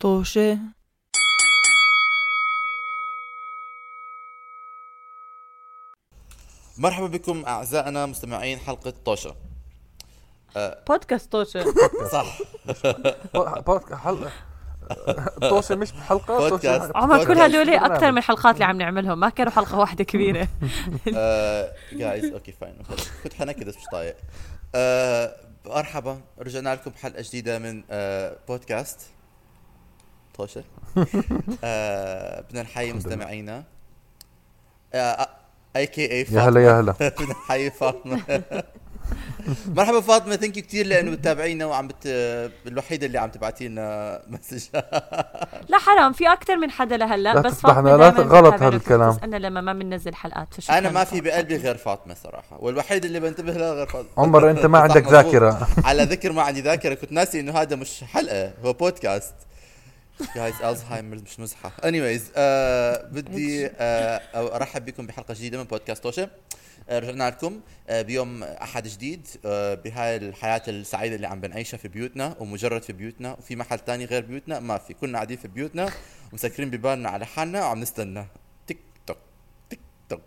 طوشة مرحبا بكم اعزائنا مستمعين حلقه طوشه بودكاست طوشة صح بودكاست حلقه طوشه مش بحلقه بودكاست. طوشه عمر كل بودكاست. هدول اكثر من الحلقات اللي عم نعملهم ما كانوا حلقه واحده كبيره آه، جايز اوكي فاين كنت حنكد بس مش طايق آه، مرحبا رجعنا لكم بحلقه جديده من آه، بودكاست طوشه آه، بدنا نحيي مستمعينا آه، اي كي اي يا هلا يا هلا بدنا نحيي فاطمه مرحبا فاطمه ثانك يو كثير لانه بتتابعينا وعم بت الوحيده اللي عم تبعتي لنا مسج لا حرام في اكثر من حدا لهلا لا بس تفتحنا، فاطمة لا دايماً ت- غلط بتتابعنا هذا الكلام. بتسألنا لما ما بننزل حلقات فشكراً انا ما في بقلبي غير فاطمه صراحه والوحيد اللي بنتبه له غير فاطمه عمر انت ما صح، عندك مزبوط. ذاكره على ذكر ما عندي ذاكره كنت ناسي انه هذا مش حلقه هو بودكاست جايز الزهايمر مش مزحه انيويز آه بدي آه أو- ارحب بكم بحلقه جديده من بودكاست توشه آه، رجعنا لكم آه، بيوم احد جديد آه، بهاي الحياه السعيده اللي عم بنعيشها في بيوتنا ومجرد في بيوتنا وفي محل تاني غير بيوتنا ما في كنا قاعدين في بيوتنا ومسكرين ببالنا على حالنا وعم نستنى تيك توك تيك توك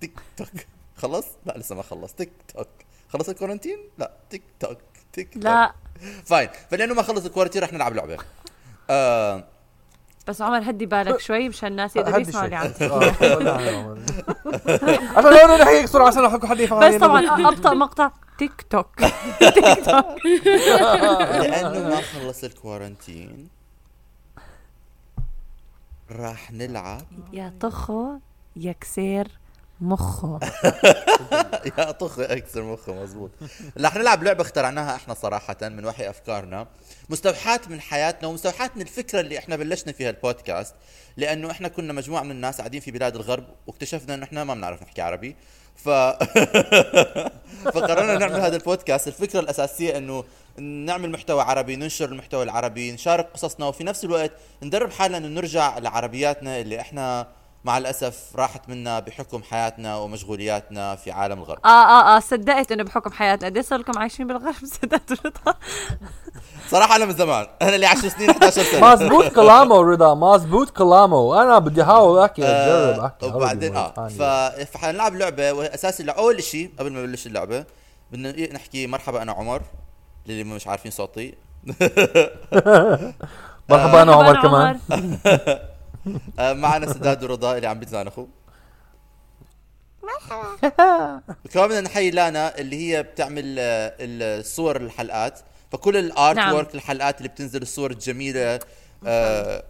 تيك توك خلص لا لسه ما خلص تيك توك خلص الكورنتين لا تيك توك تيك توك لا فاين فلانه ما خلص الكورنتين رح نلعب لعبه آه بس عمر هدي بالك شوي مشان الناس يقدروا هدي يسمعوا شوي. اللي عم تحكي. آه، طلع عن عمر. انا لا لا نحكي بسرعه عشان احكي حد يفهم بس طبعا ابطا مقطع تيك توك تيك توك لانه ما خلص الكورنتين راح نلعب يا طخو يا كسير مخه يا طخ اكسر مخه مزبوط رح نلعب لعبه اخترعناها احنا صراحه من وحي افكارنا مستوحاة من حياتنا ومستوحاة من الفكره اللي احنا بلشنا فيها البودكاست لانه احنا كنا مجموعه من الناس قاعدين في بلاد الغرب واكتشفنا انه احنا ما بنعرف نحكي عربي ف فقررنا نعمل هذا البودكاست الفكره الاساسيه انه نعمل محتوى عربي ننشر المحتوى العربي نشارك قصصنا وفي نفس الوقت ندرب حالنا انه نرجع لعربياتنا اللي احنا مع الاسف راحت منا بحكم حياتنا ومشغولياتنا في عالم الغرب اه اه اه صدقت انه بحكم حياتنا قد إيه صار لكم عايشين بالغرب صدقت رضا صراحه انا من زمان انا لي 10 سنين 11 سنه مزبوط كلامه رضا مزبوط كلامه انا بدي احاول احكي آه، اجرب احكي عربي وبعدين مرة اه ف... ثانية. فحنلعب لعبه واساس اللعبه اول شيء قبل ما نبلش اللعبه بدنا إيه نحكي مرحبا انا عمر للي مش عارفين صوتي مرحبا انا عمر كمان آه، معنا سداد ورضا اللي عم بيتزانخوا مرحبا كمان بدنا نحيي لانا اللي هي بتعمل آه، الصور الحلقات فكل الارت نعم. ورك الحلقات اللي بتنزل الصور الجميله آه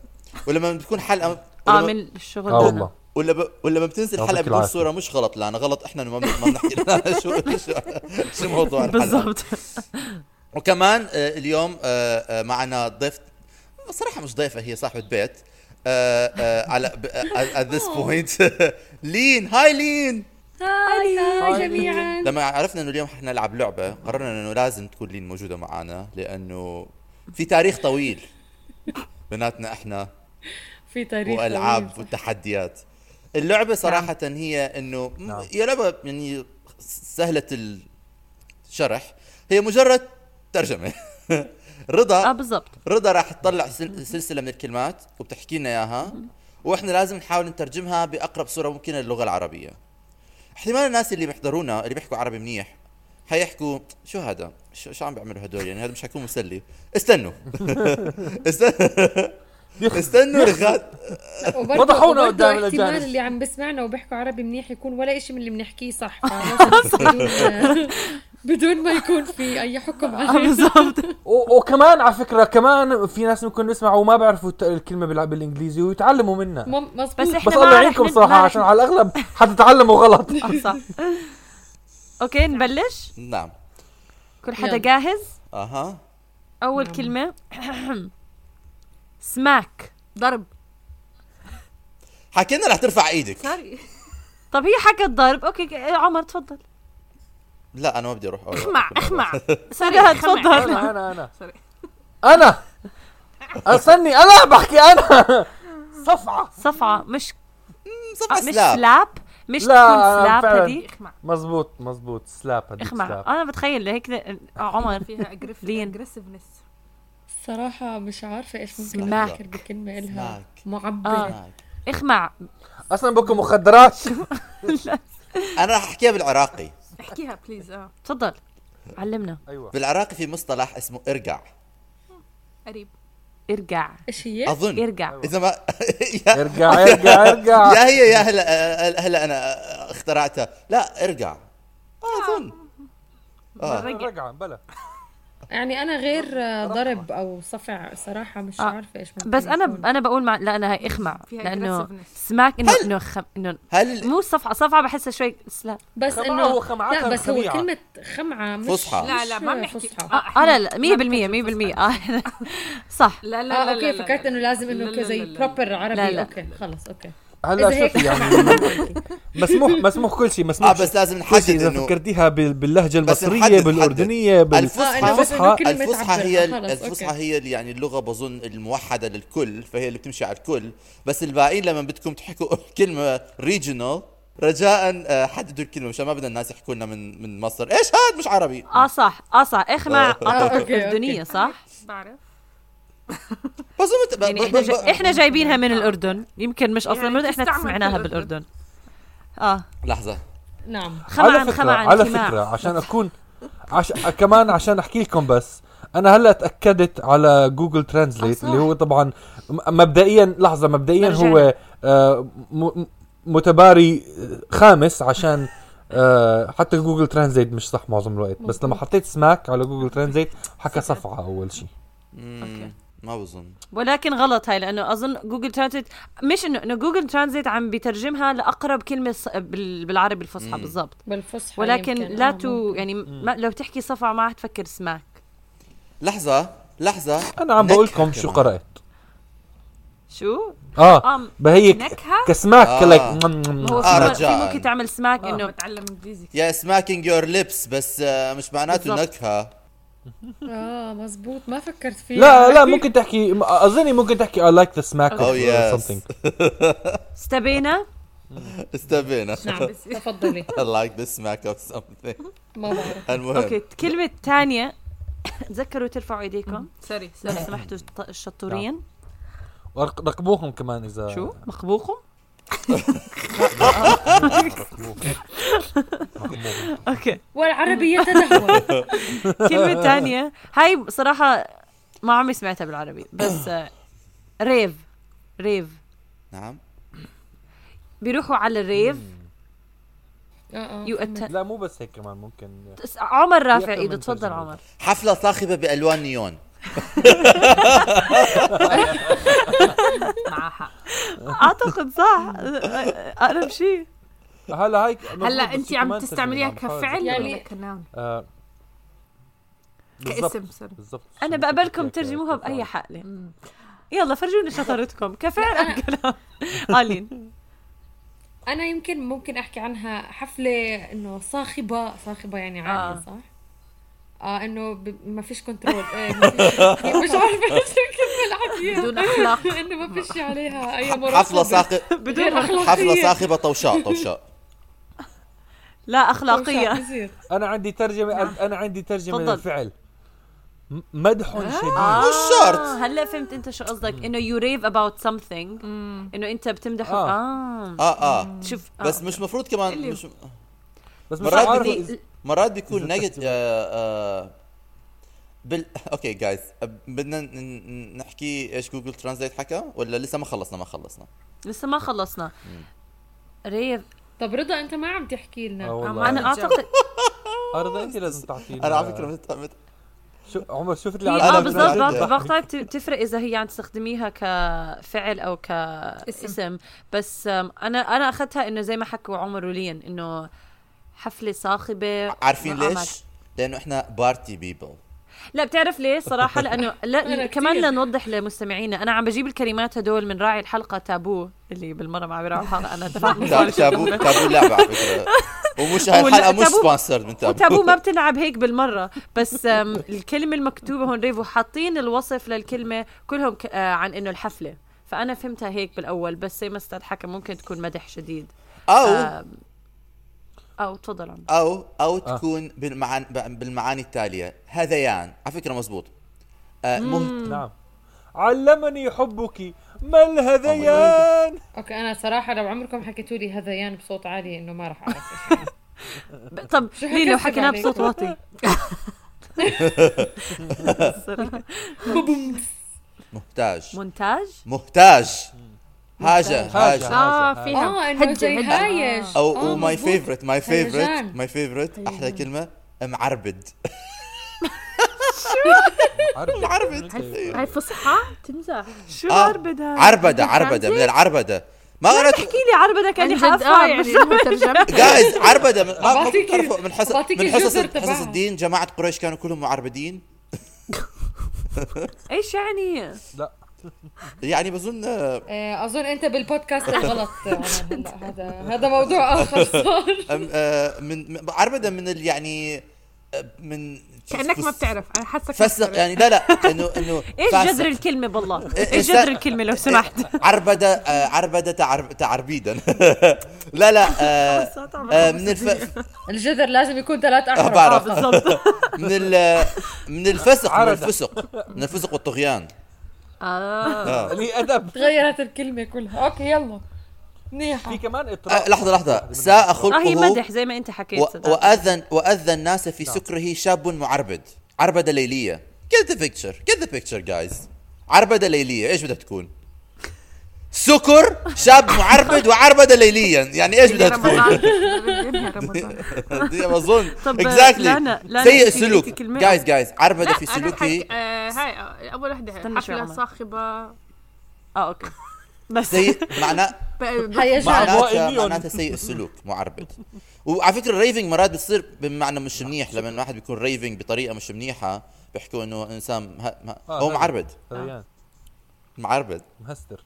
ولما بتكون حلقه اه ولما- من الشغل اه والله ولا ب... ولا ما بتنزل يعطيك حلقه بدون العافية. صوره مش غلط لا انا غلط احنا إنه ما بن- ما بنحكي لنا شو شو, شو موضوع الحلقه بالضبط وكمان آه، اليوم آه، آه، معنا ضيف صراحه مش ضيفه هي صاحبه بيت آه، آه، على ب- آه، at this point لين هاي لين هاي آه، هاي جميعا لما عرفنا انه اليوم احنا نلعب لعبه قررنا انه لازم تكون لين موجوده معنا لانه في تاريخ طويل بيناتنا احنا في تاريخ والعاب والتحديات اللعبه صراحه هي انه نعم. هي لعبه يعني سهله الشرح هي مجرد ترجمه اه رضا بالضبط رضا راح تطلع سل- سلسله من الكلمات وبتحكي لنا اياها واحنا لازم نحاول نترجمها باقرب صوره ممكنه للغه العربيه احتمال الناس اللي بيحضرونا اللي بيحكوا عربي منيح حيحكوا شو هذا شو, شو عم بيعملوا هدول يعني هذا مش حيكون مسلي استنوا استنوا استنوا لغايه وضحونا وضحونا قدام قدام الأجانب. احتمال اللي عم بسمعنا وبيحكوا عربي منيح يكون ولا إشي من اللي بنحكيه صح فلازم بدون- بدون ما يكون في اي حكم اه عليه بالضبط و- وكمان على فكره كمان في ناس ممكن يسمعوا وما بيعرفوا الت- الكلمه بال- بالانجليزي ويتعلموا منها مم- مزبوط بس بس إحنا بس ما الله رح يعينكم ند- صراحه ما رح- عشان على الاغلب حتتعلموا غلط اه صح اوكي نبلش نعم كل حدا يلا. جاهز اها اول كلمه سماك ضرب حكينا رح ترفع ايدك طب هي حكت ضرب اوكي ك- عمر تفضل لا انا ما بدي اروح أول اخمع واحد. اخمع سريع تفضل انا انا انا Sorry. انا استني انا بحكي انا صفعه صفعة مش مصفى آه، مش سلاب سلاب مش لا، تكون أنا سلاب فعلاً. هذيك اخمع مزبوط مزبوط سلاب هديك اخمع سلاب انا بتخيل هيك آه، عمر فيها اجريسف لين. اجريسفنس صراحة مش عارفة ايش ممكن سماك. افكر بكلمة الها سماك. معبرة هناك. اخمع اصلا بكم مخدرات انا راح احكيها بالعراقي احكيها بليز آه، اه تفضل علمنا ايوه بالعراقي في مصطلح اسمه ارجع قريب ارجع ايش هي؟ اظن ارجع اذا ما يا- ارجع ارجع ارجع يا هي يا هلا أه، هلا انا اخترعتها لا ارجع اظن آه. بالرجع. رجعا بلا يعني انا غير آه، ضرب او صفع صراحة مش آه. عارفة ايش ممكن بس انا يكون. انا بقول مع لا انا هاي اخمع فيها لانه aggressiveness. سماك انه انه خم... انه هل مو صفعه صفعه بحسها شوي سلا بس خمعة انه وخمعتها لا بس هو خميعة. كلمة خمعة مش فصحى. لا، لا، مش ما بنحكي. فصحى. آه، اه آه، لا لا 100% 100% اه صح لا لا اه لا لا، اوكي لا، فكرت لا. انه لازم لا، انه لا، زي لا، لا، لا. بروبر لا، عربي لا. اوكي خلص اوكي هلا اذا هيك شوفي يعني مسموح مسموح كل شيء مسموح اه بس لازم كل شيء نحدد اذا انه فكرتيها بال- باللهجه بس المصريه نحدد- بالاردنيه بال- الفصحى- آه، إنه بس إنه كلمة الفصحى عبر. هي خلص، أوكي. الفصحى هي اللي يعني اللغه بظن الموحده للكل فهي اللي بتمشي على الكل بس الباقيين لما بدكم تحكوا كلمه ريجنال رجاء آه، حددوا الكلمه مشان ما بدنا الناس يحكوا لنا من من مصر ايش هاد مش عربي اه صح اه صح اخمع آه. آه، اعتقد أوكي، اردنيه صح؟ بعرف بظن ت- ب- يعني ب- احنا ب- جا... احنا جايبينها آه. من الاردن يمكن مش اصلا يعني من الاردن احنا بتستعمل سمعناها في الأردن. بالاردن اه لحظه نعم خمعا على فكرة خمعا على خماع. فكرة عشان أكون عش... كمان عشان أحكي لكم بس أنا هلا تأكدت على جوجل ترانزليت آه، اللي هو طبعا م- مبدئيا لحظة مبدئيا هو آه، م... م- متباري خامس عشان آه، حتى جوجل ترانزليت مش صح معظم الوقت بس لما حطيت سماك على جوجل ترانزليت حكى صفعة أول شيء مم، أوكي. ما بظن ولكن غلط هاي لانه اظن جوجل ترانزيت مش انه انه جوجل ترانزيت عم بترجمها لاقرب كلمه ص- بال- بالعربي الفصحى مم. بالضبط بالفصحى ولكن يمكن. لا آه، تو يعني ما لو تحكي صفعة ما حتفكر سماك لحظه لحظه أنا عم بقول لكم نكهة شو كمان. قرأت شو؟ آه آم، بهيك نكهه كسماك آه. كلاك ما هو آه، في- في رجاءً. ممكن تعمل آه، سماك انه انه بتعلم انجليزي يا سماكينج يور ليبس بس آه، مش معناته بالضبط. نكهه اه مزبوط ما فكرت فيها لا لا ممكن تحكي اظني ممكن تحكي I like the smack of Oh, yes. something استبينا استبينا نعم تفضلي like the smack of something ما بعرف المهم اوكي الكلمة الثانية تذكروا ترفعوا ايديكم سوري لو سوري سمحتوا الط- الشطورين رقبوهم كمان اذا شو مقبوقهم اوكي والعربية تدهور كلمة ثانية هاي بصراحة ما عمري سمعتها بالعربي بس آه، ريف ريف نعم بيروحوا على الريف آه، آه. يو أت- لا مو بس هيك كمان ممكن تس- عمر رافع أكثر من ايده تفضل ترجمة. عمر حفله صاخبه بالوان نيون معها حق اعتقد صح اقرب شيء هلا هاي هلا انت عم تستعمليها كفعل يعني- ولا كنون كاسم كاسم سوري آه، بالضبط انا بقبلكم ترجموها باي حقله يلا فرجوني شطارتكم كفعل أم كلام الين أنا يمكن ممكن أحكي عنها حفلة إنه صاخبة صاخبة يعني عادي آه. صح؟ اه انه ب... ما فيش كنترول آه، ما فيش- مش عارفه ايش الكلمه اللي حكيها بدون أخلاق. انه ما فيش عليها اي حفله مراقبه صاخبه بدون اخلاقيه حفله صاخبه طوشاء طوشاء لا اخلاقيه بصير. انا عندي ترجمه انا عندي ترجمه تفضل. للفعل م- مدح شديد آه، مش شرط هلا فهمت انت شو قصدك انه يو ريف اباوت سمثينج انه انت بتمدحه آه. اه اه اه شوف آه. بس مش مفروض كمان مش بس مش مرات عارف بدي- إذا- مرات بيكون إذا نيجاتيف آه آه بال اوكي جايز بدنا ن- ن- نحكي ايش جوجل ترانزليت حكى ولا لسه ما خلصنا ما خلصنا آه. لسه ما خلصنا ريف طب رضا انت ما عم تحكي آه لنا والله انا اعتقد آه، رضا انت لازم تعطي انا على فكره مت... مت... شو عمر شفت اللي على اه أنا بالضبط بتردد. بعض- بعض طيب تفرق اذا هي عم تستخدميها كفعل او كاسم بس آم، انا انا اخذتها انه زي ما حكوا عمر ولين انه حفله صاخبه عارفين وعمل. ليش؟ لانه احنا بارتي بيبل لا بتعرف ليه صراحه لانه لا أنا كمان كتير. لنوضح لمستمعينا انا عم بجيب الكلمات هدول من راعي الحلقه تابو اللي بالمره ما عم يراعوا الحلقه انا دفعت مصاري تابو تابو لعبه على فكره ومش هاي ولا- الحلقه مش تابو- سبونسرد من تابو وتابو ما بتلعب هيك بالمره بس آم، الكلمه المكتوبه هون ريفو حاطين الوصف للكلمه كلهم ك- آه، عن انه الحفله فانا فهمتها هيك بالاول بس زي ما استاذ حكى ممكن تكون مدح شديد او آم، او تفضل عمر. او او تكون بالمعان بالمعاني التاليه هذيان على فكره مزبوط آه مهت... نعم علمني حبك ما الهذيان اوكي انا صراحه لو عمركم حكيتوا لي هذيان بصوت عالي انه ما راح اعرف إيش يعني. ب- طب شو يعني؟ ليه لو حكسب حكيناه عليك؟ بصوت واطي مهتاج مونتاج مهتاج هاجة هاجة هاجة. اه فيها اه انه هجة، زي هجة. هايج او آه، ماي مزبوط. فيفرت ماي فيفرت هيجان. ماي فيفرت احلى كلمة معربد عربد هاي فصحى تمزح شو آه، عربد هاي عربدة عربدة من العربدة ما غلط احكي لي عربدة عن كاني جد اه حافظها يعني لو ترجمت جايز عربدة من- ما ما بعطيكي- بتعرفوا من حصص بعطيكي من حصص الجزر حصص تبعها. الدين جماعة قريش كانوا كلهم معربدين ايش يعني؟ لا يعني بظن آه، آه، اظن انت بالبودكاست غلط هلا هذا هذا موضوع اخر صار أم- آه، من من- عربدة من ال- يعني آه، من كانك ما بتعرف انا حاسك ما فسق بتعرف. يعني لا لا انه انه ايش فاسق. جذر الكلمة بالله؟ إيه، ايش إيه، جذر الكلمة لو سمحت؟ عربدة آه، عربدة تعرب تعربيدا لا لا آه، آه، من الف... الجذر لازم يكون ثلاث احرف بعرف. آه، بالضبط من ال... من الفسق من عربدة. الفسق من الفسق والطغيان إيه، آه. آه. لي ادب تغيرت الكلمه كلها اوكي يلا منيحه في كمان آه، اطراء لحظة لحظة ساء اه هي خلقه مدح زي ما انت حكيت و- صدق. وأذن وأذى الناس في سكره شاب معربد عربدة ليلية get the picture get the picture guys عربدة ليلية ايش بدها تكون؟ سكر شاب معربد وعربدة ليليا يعني ايش بدها تكون؟ رمضان بدنا رمضان دي بظن طب، لانا- اكزاكتلي لانا، سيء أنت- سلوك أنت كلمة- جايز جايز عربده في لا، أنا سلوكي بحكي- آه، هاي اول وحده استنى شوي حفله عمر. صاخبه اه اوكي بس سيء معناه ب- آه، هيجان أضواء معناتها النيون. معناتها سيء السلوك معربد وعلى فكره الريفنج مرات بتصير بمعنى مش منيح لما الواحد بيكون ريفنج بطريقه مش منيحه بيحكوا انه انسان ه... ه... آه، هو هذا. معربد هذيان معربد مهستر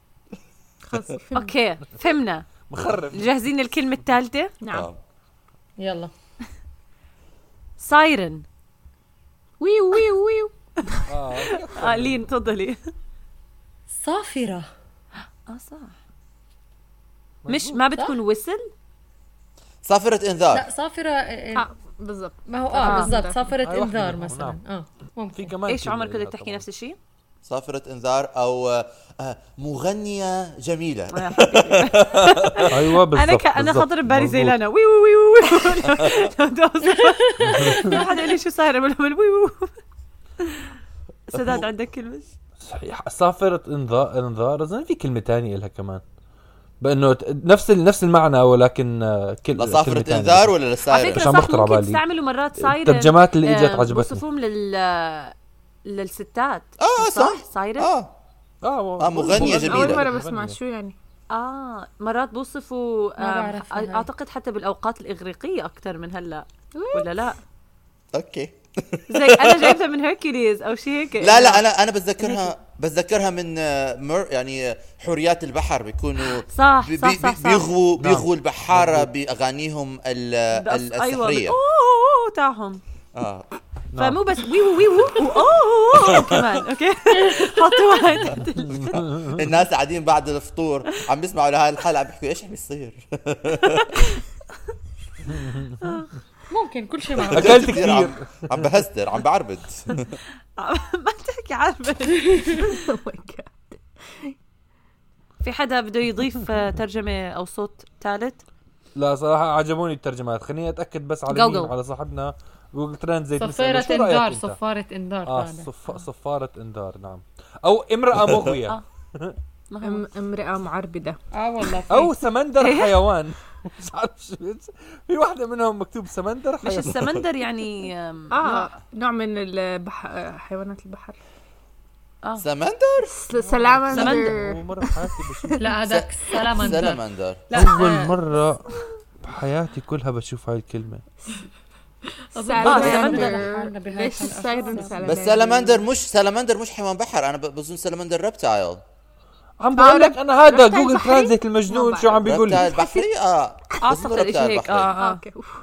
خلص فهمت. اوكي فهمنا مخرب جاهزين الكلمة الثالثة نعم آه. يلا سايرن ويو ويو ويو اه اه لين تفضلي صافره اه صح مش ما بتكون ويسل صافره لا انذار صافره آه، آه، اه بالضبط ما هو آه. اه بالضبط هاي صافره واحدة انذار منهم، مثلا نعم. اه في ممكن كمان ايش كلمة عمر إلها كنت تحكي طبعاً. نفس الشيء؟ صافره انذار او آه، آه، مغنيه جميله آه، حبيبي. ايوه بالضبط انا ك... انا بالضبط. خاطر ببالي زي مظبوط. لانا وي وي وي وي لو- لو دوست. في حدا يقول لي شو سايرن بقول لهم وي وي سداد عندك كلمة صحيح صافرة انذار انذار اظن في كلمة تانية لها كمان بانه ت- نفس ال- نفس المعنى ولكن آه، كل كلمة لصافره تانية. انذار ولا على للسايرن فكرة عشان صح بخطر على ممكن بالي. إيه، تستعملوا مرات سايرن الترجمات اللي اجت آه، عجبتني بصفهم لل للستات آه، اه صح سايرن اه اه آه، مغنية جميلة. اول مره بسمع شو يعني اه مرات بوصفوا ما آم، بعرفها هاي. اعتقد حتى بالاوقات الاغريقيه اكثر من هلا ولا لا اوكي زي انا جايبها من هيركليز او شيء هيك لا لا انا انا بتذكرها بتذكرها من آه، مر يعني آه، حوريات البحر بيكونوا صح بي- صح بي- صح صح بيغوا نعم. بيغوا البحاره باغانيهم ال- ال- بأص- أيوة، السحريه اوه تاعهم اه نعم. فمو بس ويو ويو اوه كمان اوكي حطوها هاي تحت ال- الناس قاعدين بعد الفطور عم بيسمعوا لهاي الحلقه عم بيحكوا ايش عم يصير ممكن كل شيء معروف أكلت كتير. عم, عم بهستر عم بعربد ما تحكي عارفه في حدا بده يضيف آه، ترجمه او صوت ثالث لا صراحة عجبوني الترجمات خليني اتاكد بس على جوجل. مين على صاحبنا جوجل ترانزيت نسأله، صفيرة شو رأيك انذار أنت؟ صفارة انذار اه فعلا. صف... صفارة انذار نعم او امرأة آه. مغوية ما هو- أم- امرأة معربدة اه والله في. او سمندر حيوان مش عارف شو- في واحدة منهم مكتوب سمندر مش حيوان السمندر يعني آم، اه نوع من البح... آه، حيوانات البحر سمندر س- سلامندر سلامندر. مرة بحياتي بشوف لا هذاك سلامندر سلمندر لا أول آه، مرة بحياتي كلها بشوف هاي الكلمة آه، سلامندر. سلامندر ليش السايرن سلامندر بس سلمندر مش سلمندر مش حيوان بحر انا ب- بظن سلمندر ريبتايل عم بقول لك أنا هذا رحت على جوجل البحرين؟ ترانزيت المجنون ما شو عم بيقول ريبتايل لي بحري اه بظن اعتقد شيء ريبتايل هيك بحري. اه اه اه اوكي أوف.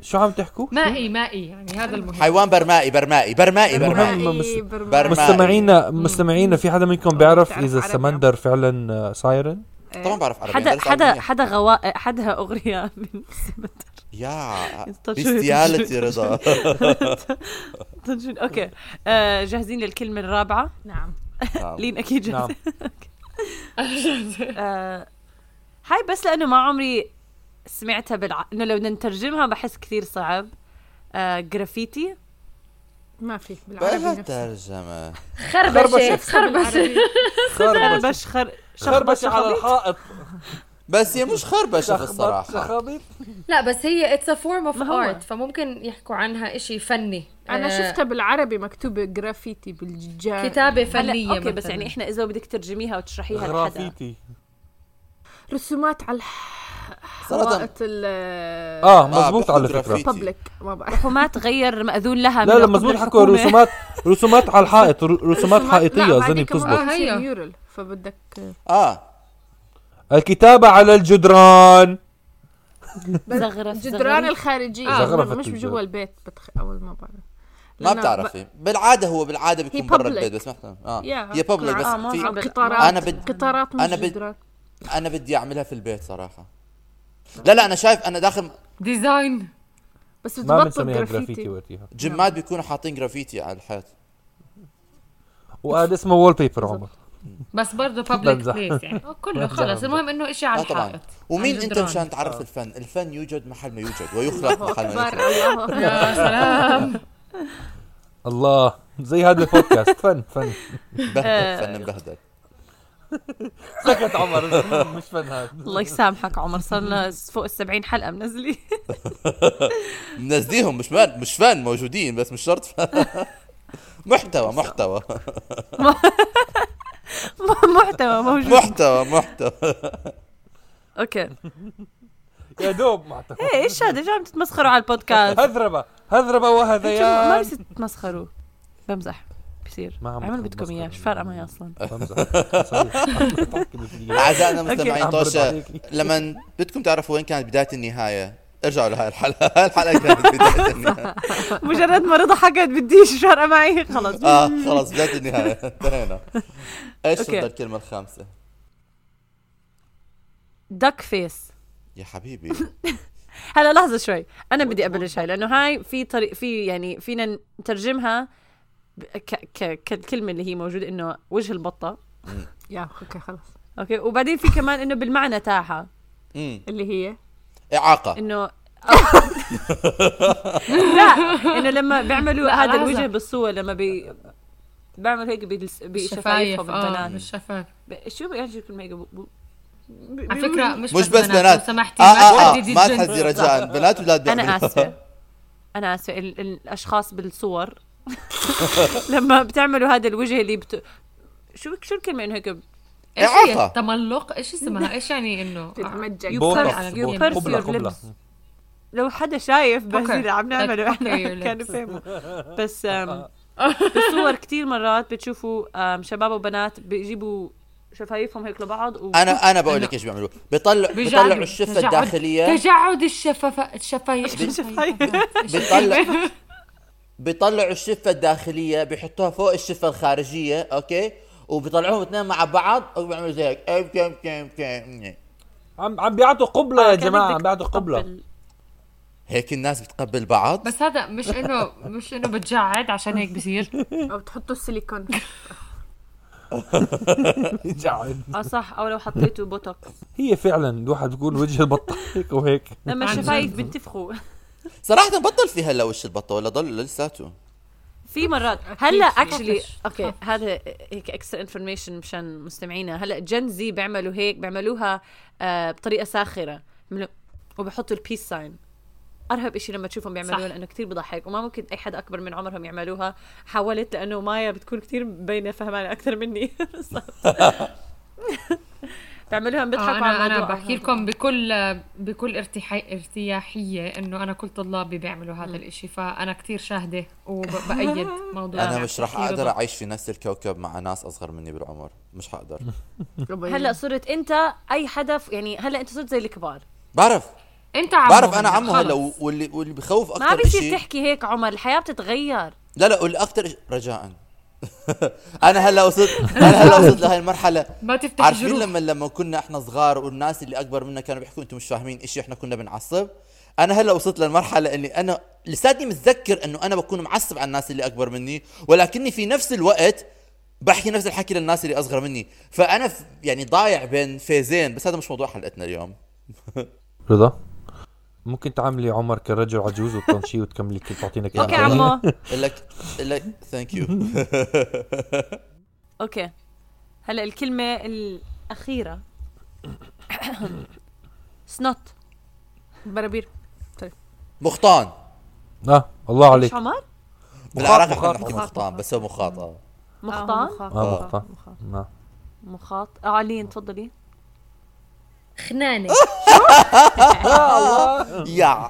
شو عم تحكوا مائي مائي يعني هذا المهم حيوان برمائي برمائي برمائي المهم. برمائي برمائي- مس- برمائي. مس- مستمعينا مستمعينا في حدا منكم بيعرف بتعرف إذا عربي؟ السمندر فعلا آه، سايرن طبعا بعرف عربي هذا سؤال حدا حدا منيح. حدا غواء حدا اغرياء من السمندر يا ينطشون- بيستيالتي رضا تنشن اوكي آه، جاهزين للكلمه الرابعه نعم نعم. لين اكيد نعم جاهزه آه، هاي بس لانه ما عمري سمعتها بالع... انه لو بدنا نترجمها بحس كثير صعب آه، جرافيتي ما في بالعربي بلا نفسه. ترجمة خربشة بالعربي. خربشة خربشة خربش خر... شخبش خربشة على على الحائط بس هي مش خربشة الصراحة شخبط لا بس هي اتس ا فورم اوف ما هو. ارت فممكن يحكوا عنها إشي فني انا آه، شفتها بالعربي مكتوبه جرافيتي بالجا كتابة هلا فنية اوكي بس مثلاً. يعني احنا اذا بدك ترجميها وتشرحيها لحدا غرافيتي رسومات على صراحة حوائط آه، الببليك اه مزبوط بحكوا على فكرة جرافيتي. ما بعرف حكومات غير مأذون لها لا من لا عقوبة مزبوط حكوا الحكومة. رسومات رسومات على الحائط ر- رسومات حائطية اظني بتزبط آه، هي. ميورال فبدك اه الكتابة على الجدران زغرف جدران زغرف. الخارجية آه. زغرفة آه مش الجدران. جوا البيت بتخ... أول ما بعرف ما لأنه بتعرفي بالعاده هو بالعاده بيكون هي برا البيت بس public. ما اه Yeah. هي بابليك بس آه، ما في عم- قطارات أنا بد- قطارات مش أنا بد- جدران انا بدي اعملها في البيت صراحه لا لا انا شايف انا داخل ديزاين بس ما بتبطل بنسميها جرافيتي جرافيتي وقتها جماد بيكونوا حاطين جرافيتي على الحيط آه، وهذا اسمه وول بيبر عمر بس برضه public بمزح. place يعني أو كله خلص المهم انه إشي على اه طبعا الحائط ومين على انت الجدران. مشان تعرف الفن الفن يوجد محل ما يوجد ويخلق محل ما أكبر يخلق الله أكبر. يا سلام الله زي هذا البودكاست فن فن بهدل فن بهدل سكت عمر مش فن هذا الله يسامحك عمر صرنا فوق ال 70 حلقه منزلين منزليهم مش فن مش فن موجودين بس مش شرط فن. محتوى محتوى محتوى موجود محتوى محتوى اوكي يا دوب معتقد ايه ايش هذا شو عم تتمسخروا على البودكاست هذربة هذربة شو ما وهذيان بس تتمسخروا بمزح بصير ما عم اعملوا بدكم بتمسخر. اياه شو فارقه معي اصلا اعزائنا أوكي. المستمعين عبرت طوشة عليك. لما بدكم تعرفوا وين كانت بدايه النهايه ارجعوا لهاي الحلقه الحلقه كانت بدايه النهايه مجرد ما رضا حكت بديش شو فارقه معي خلص اه خلص بدايه النهايه انتهينا ايش أوكي. رد الكلمه الخامسه دك فيس يا حبيبي هلا لحظه شوي انا بدي ابلش هاي لانه هاي في طريق في يعني فينا نترجمها ب- ك- ك- كالكلمه اللي هي موجوده انه وجه البطه يا أوكي خلاص اوكي وبعدين في كمان انه بالمعنى تاعها امم اللي هي اعاقه انه لا انه لما بيعملوا هذا لحظة. الوجه بالصور لما بي بيعمل هيك بالس- بشفايفهم شفايف اه بالبنات مش شفايف ب- شو بيعجبك كل ما هيك ب- ب- على فكرة مش, مش بس بنات لو سمحتي آه ما آه آه تحددي ما الجنس. تحدي رجاء بنات ولاد بيعملوا. انا اسفه انا اسفه ال- ال- الاشخاص بالصور لما بتعملوا هذا الوجه اللي بت... شو شو الكلمه انه هيك ايش هي إعاقة. التملق ايش اسمها ايش يعني انه تتمجد. You بوتوكس. curse على You الجنين. curse قبلة your قبلة lips. لو حدا شايف بس Pucker. اللي عم نعمله Like احنا pucker your كان lips. فاهمه بس آم، بالصور كتير مرات بتشوفوا آم، شباب وبنات بيجيبوا شفايفهم هيك لبعض و... انا انا بقول لك ايش بيعملوا بيطلع بيجعلوا بيطلعوا الشفه تجعد- الداخليه تجعد الشفاف الشفايف بيطلع بيطلعوا الشفه الداخليه بيحطوها فوق الشفه الخارجيه اوكي وبيطلعوهم اثنين مع بعض وبيعملوا زي هيك أم كم كم كم. نعم. عم عم بيعطوا قبلة يا كانت جماعة عم بدك بيعطوا قبلة تقبل. هيك الناس بتقبل بعض بس هذا مش انه مش انه بتجعد عشان هيك بصير أو تحطوا السيليكون جعان. اه صح او لو حطيتوا بوتوكس هي فعلا الواحد بيقول وجه البطة هيك وهيك لما عن الشفايف بتنفخوا صراحه بطل في هلا وش البطه ولا ضل لساته في مرات هلا أكيد. اكشلي خفش. اوكي هذا هيك اكسترا انفورميشن مشان مستمعينا هلا جن زي بيعملوا هيك بيعملوها آه بطريقه ساخره بيعملوا- وبحطوا البيس ساين ارهب إشي لما تشوفهم بيعملوها صح. لانه كتير بضحك وما ممكن اي حدا اكبر من عمرهم يعملوها حاولت لانه مايا بتكون كتير مبينه فهمانه اكثر مني بيعملوها بيضحكوا على انا انا الموضوع آه، بحكي لكم بكل بكل ارتحي ارتياحيه انه انا كل طلابي بيعملوا هذا الاشي فانا كتير شاهده وبأيد موضوع انا مش راح اقدر اعيش في نفس الكوكب مع ناس اصغر مني بالعمر مش حقدر طيب. هلا صرت انت اي حدا ف- يعني هلا انت صرت زي الكبار بعرف انت عمو بعرف انا عمو خلص. هلا و- واللي واللي بخوف اكثر ما بيصير إشي- تحكي هيك عمر الحياه بتتغير لا لا واللي اكثر إشي- رجاء انا هلا وصلت انا هلا وصلت لهي المرحله ما تفتح عارفين جروح لما لما كنا احنا صغار والناس اللي اكبر منا كانوا بيحكوا انتم مش فاهمين اشي احنا كنا بنعصب انا هلا وصلت للمرحله اني انا لساتني متذكر انه انا بكون معصب على الناس اللي اكبر مني ولكني في نفس الوقت بحكي نفس الحكي للناس اللي اصغر مني فانا ف- يعني ضايع بين فيزين بس هذا مش موضوع حلقتنا اليوم رضا ممكن تعاملي عمر كرجل عجوز وتطنشيه وتكملي كل تعطينا كلام اوكي يعني- طويل. عمو لك لك ثانك يو اوكي هلا الكلمة الأخيرة سنوت برابير مخطان اه الله عليك مش عمر؟ بالعراق احنا مخاط- بنحكي مخطان بس هو مخاطة مخطان اه مقطع آه. مخاط آه، علين تفضلي خنانه يا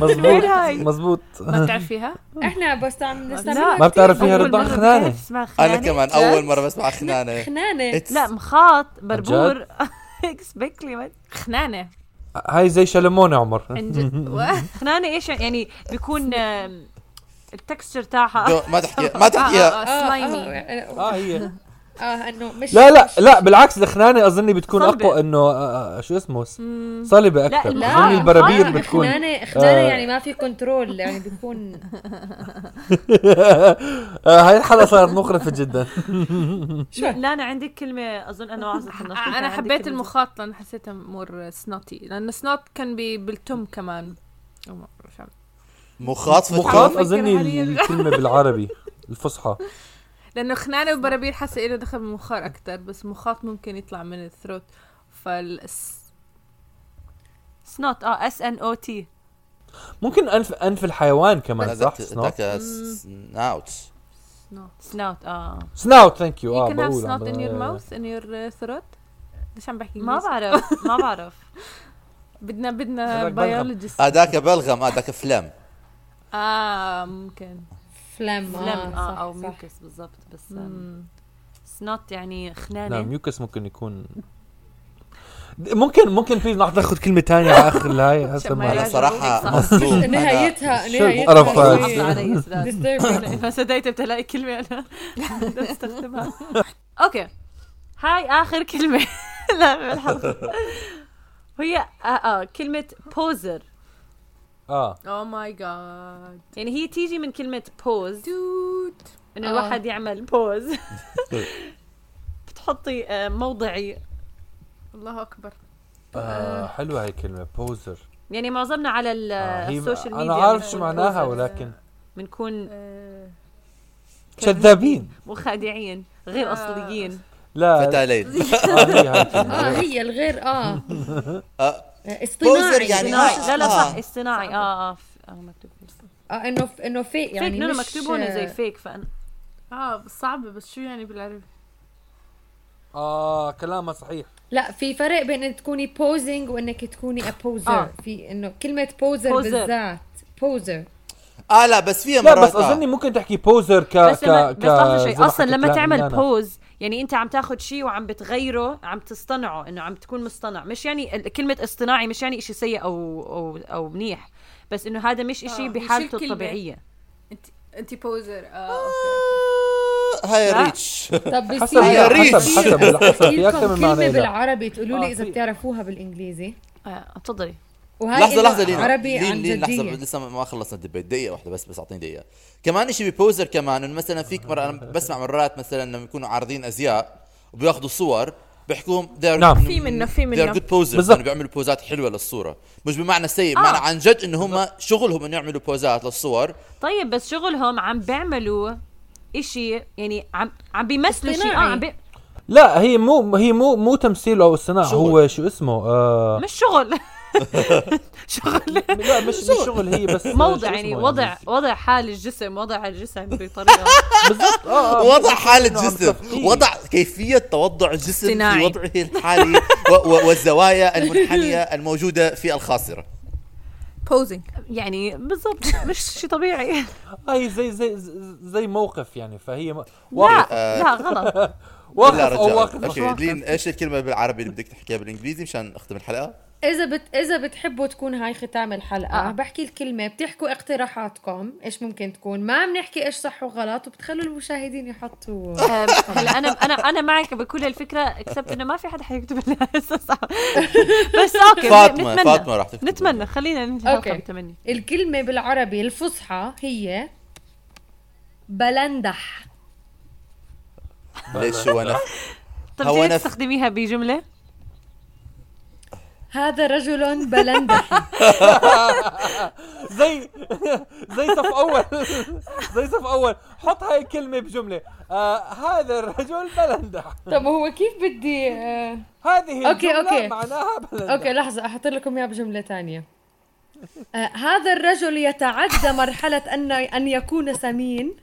مزبوط هاي. مزبوط إيه ما بتعرفيها؟ احنا بس عم نستعمل لا. ما بتعرفيها أول رضا مرة خنانه بتعرف اسمها خنانة؟ انا كمان اول مرة بسمع خنانة خنانه It's- يعني لا مخاط بربور اكسبكتلي خنانة هاي زي شلمونة عمر عن جد خنانة ايش يعني بيكون آم، التكستشر تاعها دو- ما تحكي ما تحكيها سلايمي اه اه هي آه، انه مش لا لا لا بالعكس الخنانه اظني بتكون صلبة. اقوى انه آه، آه، شو اسمه صلبه اكثر لا، اظني البرابير آه، بتكون خنانه خنانه آه. يعني ما في كنترول يعني بيكون آه، هاي الحلقه صارت مقرفه جدا لا انا عندك كلمة اظن انا واحدة من النشاط. انا عندك حبيت كلمة المخاط لان حسيتها مور سنوتي لأن سنوت كان بي- بالتم كمان أو ما بعرف شو. مخاطفة مخاط فكر اظني حالياً. الكلمه بالعربي الفصحى لانه خنانه وبرابير حاسه له دخل بالمخار اكثر بس مخاط ممكن يطلع من الثروت فال س- سنوت اه اس ان او تي ممكن انف انف الحيوان كمان صح سناوت سناوتش سنوت سنوت اه سناوت ثانك يو you اه can have بقول snot in your عم- mouth in your throat ليش عم بحكي ما إنجليزي؟ بعرف ما بعرف بدنا بدنا بدك بلغم. بيولوجيست هذاك آه، بلغم هذاك فلم اه ممكن آه، فلم لم اه او آه، صح. ميوكس بالضبط بس سنوت يعني لا خنانة ميوكس نعم، ممكن يكون ممكن ممكن في ناخذ كلمه ثانيه على اخر الهاي هسه ما ما انا يراجع صراحه روحك مصدوم أنا- نهايتها شو القرف هذا؟ نهايتها غصب علي سداد. disturbing. فصدقت بتلاقي كلمة أنا بدي أستخدمها أوكي هاي آخر كلمة لا بالحلقة وهي آه آه كلمة بوزر اه او ماي جاد يعني هي تيجي من كلمة بوز دود إنه آه. الواحد يعمل بوز طيب. بتحطي آه، موضعي الله اكبر آه، حلوه هاي الكلمه بوزر يعني معظمنا على ال- آه، هي- السوشيال ميديا انا عارف شو بنكون معناها posers. ولكن بنكون آه، كذابين مخادعين غير آه. أصليين لا فتى ليل آه، هي هاي الكلمة. اه هي الغير اه آه، بوزر اصطناعي يعني صناعي آه، لا لا آه. صح اصطناعي اه اه ف- آه، مكتوب اه انه ف- انه فيك فيك يعني يعني مش- مكتوب هون زي فيك فأنا اه صعبه بس شو يعني بالعربي اه كلامها صحيح لا في فرق بين انك تكوني بوزنج وانك تكوني ابوزر آه. في انه كلمه بوزر Poser. بالذات بوزر اه لا بس فيها مرات لا بس آه. اظني ممكن تحكي بوزر ك بس لما ك بس لحظه شيء زي ما اصلا حكيت لما لها تعمل إيانا. بوز يعني انت عم تاخذ شيء وعم بتغيره عم تصطنعه انه عم تكون مصطنع مش يعني ال- كلمه اصطناعي مش يعني شيء سيء او او او منيح بس انه هذا مش آه، شيء مش بحالته الكلمة. الطبيعيه انت انت بوزر اه اوكي آه، هاي لا. ريتش طب حسب هي بصير ريش. حسب حسب حسب في اكثر لكم من معنى كلمه لها. بالعربي تقولوا آه، لي اذا في. بتعرفوها بالانجليزي آه، تفضلي وهاي لحظه إنه لحظه لينا عربي لين- عن لين، لحظه جديه لسه ما خلصنا الدبيت دقيقه واحده بس بس اعطيني دقيقه كمان شيء ببوزر كمان انه مثلا فيك مره انا بسمع مرات مثلا لما يكونوا عارضين ازياء وبياخذوا صور بيحكوهم they're- نعم. في منه- في they're منه. good posers بالضبط. يعني بيعملوا بوزات حلوه للصوره مش بمعنى سيء آه. بمعنى عن جد انه هم شغلهم انه يعملوا بوزات للصور طيب بس شغلهم عم بيعملوا إشي يعني عم عم بيمثلوا شيء اه اصطناعي. عم بي... لا هي مو هي مو مو تمثيل او صناعه شغل. هو شو اسمه آه مش شغل شغل لا مش مش شغل هي بس شو موضع اسمه يعني وضع وضع حال الجسم وضع الجسم بطريقه بالضبط اه آه. وضع حالة نعم، إنه عم جسم إيه. تفقيه. وضع كيفية توضع الجسم في صناعي. وضعه الحالي و- و- والزوايا المنحنية الموجودة في الخاصرة بوزنج يعني بالضبط مش شيء طبيعي هي زي زي زي موقف يعني فهي م- واقف لا لا غلط واقف لا او رجاء واقف مش اوكي واقف لين ايش الكلمة بالعربي اللي بدك تحكيها بالانجليزي مشان نختم الحلقة اذا بت... اذا بتحبوا تكون هاي ختام الحلقه آه. آه. بحكي الكلمه بتحكوا اقتراحاتكم ايش ممكن تكون ما بنحكي ايش صح وغلط وبتخلوا المشاهدين يحطوا آه، هلا انا انا انا معك بكل الفكره اكسبت انه ما في حدا حيكتب لنا هسه صح بس اوكي فاطمه نتمنى فاطمه راح تكتب نتمنى خلينا ننهي الحلقه أوكي. بتمني الكلمه بالعربي الفصحى هي بلندح ليش هو انا طب هو تقدر أنا- تستخدميها بجمله هذا رجل بلندح زي زي صف اول زي صف اول حط هاي الكلمه بجمله آه هذا الرجل بلندح طب هو كيف بدي آه، هذه أوكي، الجمله أوكي. معناها بلندح اوكي لحظه احط لكم اياها بجمله تانية آه، هذا الرجل يتعدى مرحله ان ان يكون سمين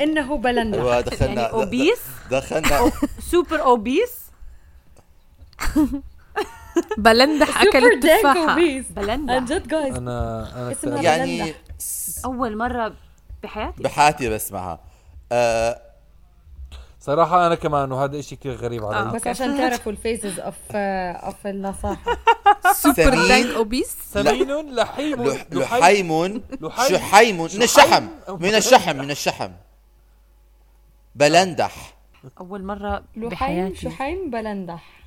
انه بلندح ايوه يعني دخلنا اوبيس دخلنا سوبر اوبيس بلندح اكل Super dank التفاحه obese. عن بلندع جد جايز انا انا اسمها اكتئبت. يعني اول مره بحياتي بحياتي بسمعها آه صراحه انا كمان وهذا إشي كثير غريب علي آه، بس عشان تعرفوا الفيزز اوف اوف النصاحه سوبر سمين. دانك اوبيس سمين لحيم لح- لحي لحيم لحيم. شحيم من الشحم من الشحم من الشحم بلندح اول مره لحيم بحياتي شحيم بلندح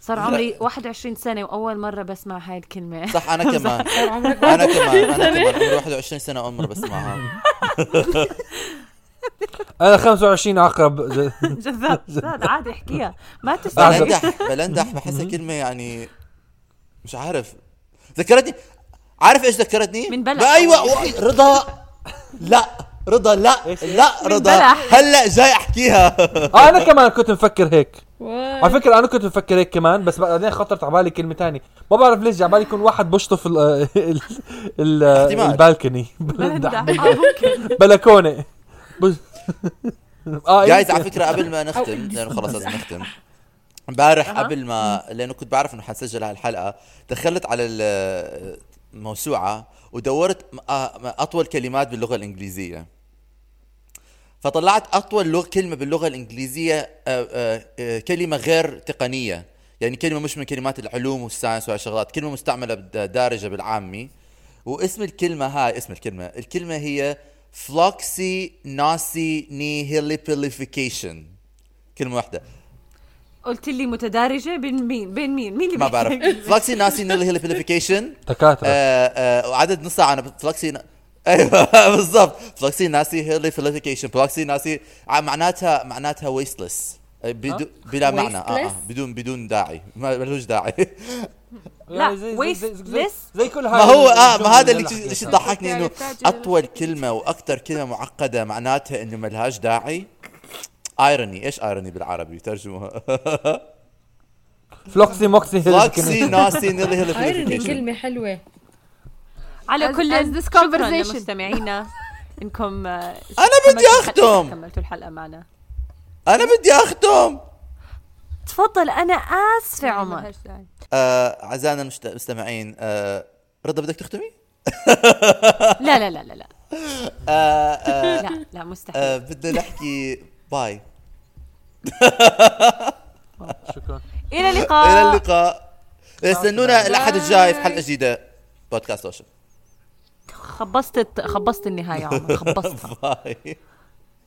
صار عمري 21 سنه واول مره بسمع هاي الكلمه صح انا كمان صار عمرك انا كمان انا كمان عمري 21 سنه اول مره بسمعها انا 25 عقرب ز- جذاب جذاب عادي احكيها ما تستاهل بلندح بلندح بحسها كلمه يعني مش عارف ذكرتني عارف ايش ذكرتني؟ من بلح. ايوه و- رضا لا رضا لا لا رضا بلح. هلا جاي احكيها آه إيه. انا كمان كنت مفكر هيك واو. على فكره انا كنت مفكر هيك كمان بس بعدين خطرت على بالي كلمه تانية ما بعرف ليش على بالي يكون واحد بشطف ال ال ال احتمال. البالكني بلندح بلندح آه، ممكن بلكونه بز... اه جايز يمكن. على فكره قبل ما نختم لانه خلص لازم نختم امبارح قبل ما لانه كنت بعرف انه حنسجل هالحلقه دخلت على ال- الموسوعه ودورت م- آ- م- اطول كلمات باللغه الانجليزيه فطلعت اطول لغ كلمه باللغه الانجليزيه آ- آ- آ- كلمه آه، غير تقنيه يعني كلمه مش من كلمات العلوم والساينس وهالشغلات كلمه مستعمله بد- دارجه بالعامي واسم الكلمه هاي اسم الكلمه الكلمه هي فلوكسي ناسي نيهيليبيليفيكيشن كلمه واحده قلت لي متدارجه بين مين بين مين مين اللي ما بيحكي بعرف فلوكسي ناسي نيهيليبيليفيكيشن آه، دكاتره وعدد نص ساعه انا فلوكسي ايوه بالضبط فلوكسي ناسي هيليفيكيشن فلوكسي ناسي ع- معناتها معناتها ويستلس بلا معنى آه آه Wasteless؟ بدون بدون داعي ما ملوش داعي يعني لا، زي- زي- زي- زي- wasteless. زي كل هاي ما هو اه الجمل ما هذا اللي اللي أنا اللي حكيتها. ضحكني انه يعني تاجر- اطول كلمه واكثر كلمه معقده معناتها انه ملهاش داعي ايروني ايش ايروني بالعربي ترجموها فلوكسي موكسي فلوكسي هيلكني. ناسي نيلي ايروني هيليفيكيشن كلمه حلوه على As- كل as this شكراً conversation. لمستمعينا انكم آه، أنا بدي كملتوا الحلقة- أختم. كملتوا الحلقه معنا انا بدي اختم تفضل انا اسفه عمر ملهاش داعي. آه اعزائنا المشت- المستمعين آه رضا بدك تختمي؟ لا لا لا لا لا آه آه لا لا مستحيل آه بدنا نحكي باي شكرا الى الى اللقاء اللقاء استنونا الاحد الجاي في حلقه جديده بودكاست اوشن خبصت خبصت النهايه عمر خبصتها باي